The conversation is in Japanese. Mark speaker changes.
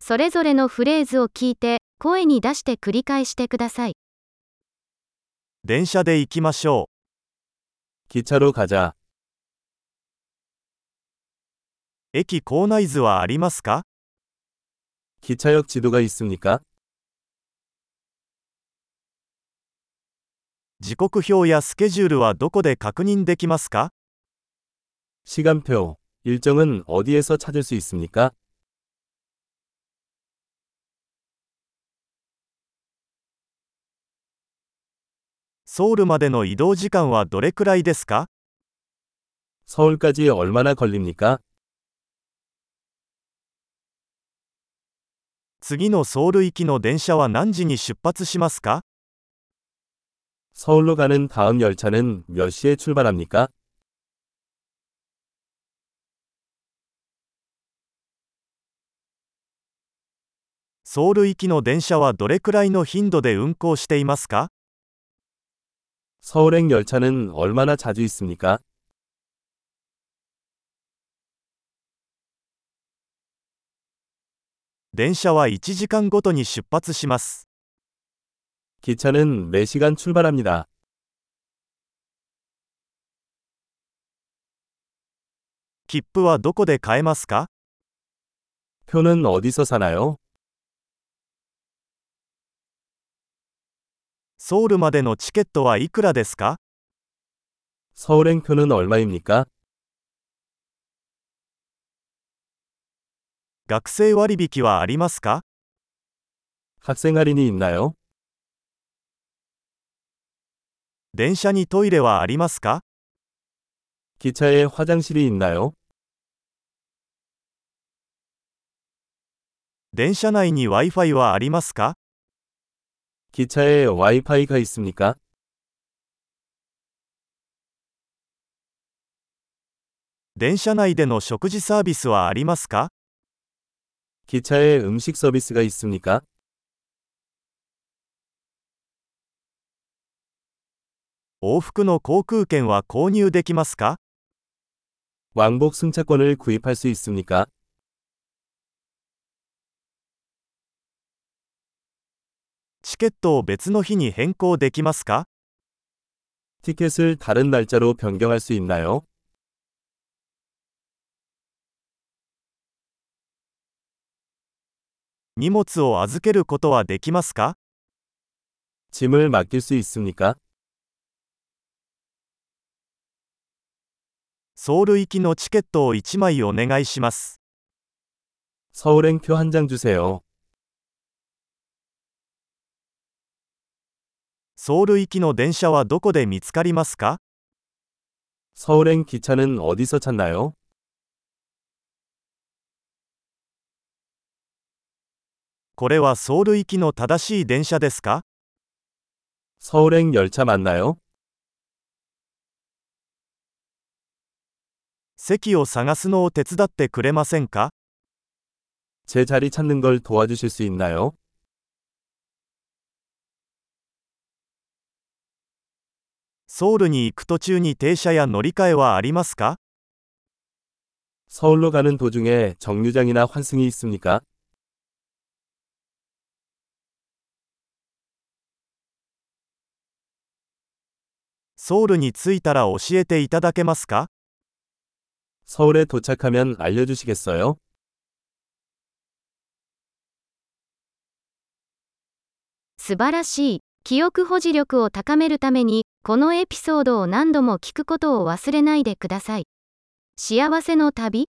Speaker 1: それぞれのフレーズを聞いて、声に出して繰り返してください。
Speaker 2: 電車で行きましょう。
Speaker 3: 기차로 가자.
Speaker 2: 駅構内図はありますか
Speaker 3: 기차역 지도가 있습니까?
Speaker 2: 時刻表やスケジュールはどこで確認できますか
Speaker 3: 시간표, 일정은 어디에서 찾을 수 있습니까?
Speaker 2: ソウルまでの移動時間はどれくらいですか
Speaker 3: 서울까지 얼마나 걸립니까?
Speaker 2: 次のソウル行きの電車は何時に出発しますか
Speaker 3: 서울로 가는 다음 열차는 몇 시에 출발합니까?
Speaker 2: ソウル行きの電車はどれくらいの頻度で運行していますか
Speaker 3: 서울행 열차는 얼마나 자주 있습니까?
Speaker 2: 電車は1時間ごとに出発します。
Speaker 3: 기차는 4시간 출발합니다.
Speaker 2: 切符はどこで買えますか
Speaker 3: 표는 어디서 사나요?
Speaker 2: ソウルまでのチケットはいくらですか
Speaker 3: 서울행 표는 얼마입니까?
Speaker 2: 学生割引はありますか
Speaker 3: 학생 할인이 있나요?
Speaker 2: 電車にトイレはありますか
Speaker 3: 기차에 화장실이 있나요?
Speaker 2: 電車内に Wi-Fi はありますか
Speaker 3: 기차에 와이파이가 있습니까?
Speaker 2: 電車内での食事サービスはありますか
Speaker 3: 기차에 음식 서비스가 있습니까?
Speaker 2: 往復の航空券は購入できますか
Speaker 3: 왕복 승차권을 구입할 수 있습니까?
Speaker 2: チケットを別の日に変更できますか
Speaker 3: 티켓을 다른 날짜로 변경할 수 있나요?
Speaker 2: 荷物を預けることはできますか
Speaker 3: 짐을 맡길 수 있습니까?
Speaker 2: ソウル行きのチケットを1枚お願いします。
Speaker 3: 서울행표 한 장 주세요.
Speaker 2: ソウル行きの電車はどこで見つかりますか
Speaker 3: 서울행 기차는 어디서 찾나요?
Speaker 2: これはソウル行きの正しい電車ですか
Speaker 3: 서울행 열차 맞나요?
Speaker 2: 席を探すのを手伝ってくれませんか
Speaker 3: 제 자리 찾는 걸 도와주실 수 있나요?
Speaker 2: ソウルに行く途中に停車や乗り換えはありますか
Speaker 3: 서울로 가는 도중에 정류장이나 환승이 있습니까?
Speaker 2: ソウルに着いたら教えていただけますか
Speaker 3: 서울에 도착하면 알려주시겠어요?
Speaker 1: 素晴らしい。記憶保持力を高めるために、このエピソードを何度も聞くことを忘れないでください。幸せの旅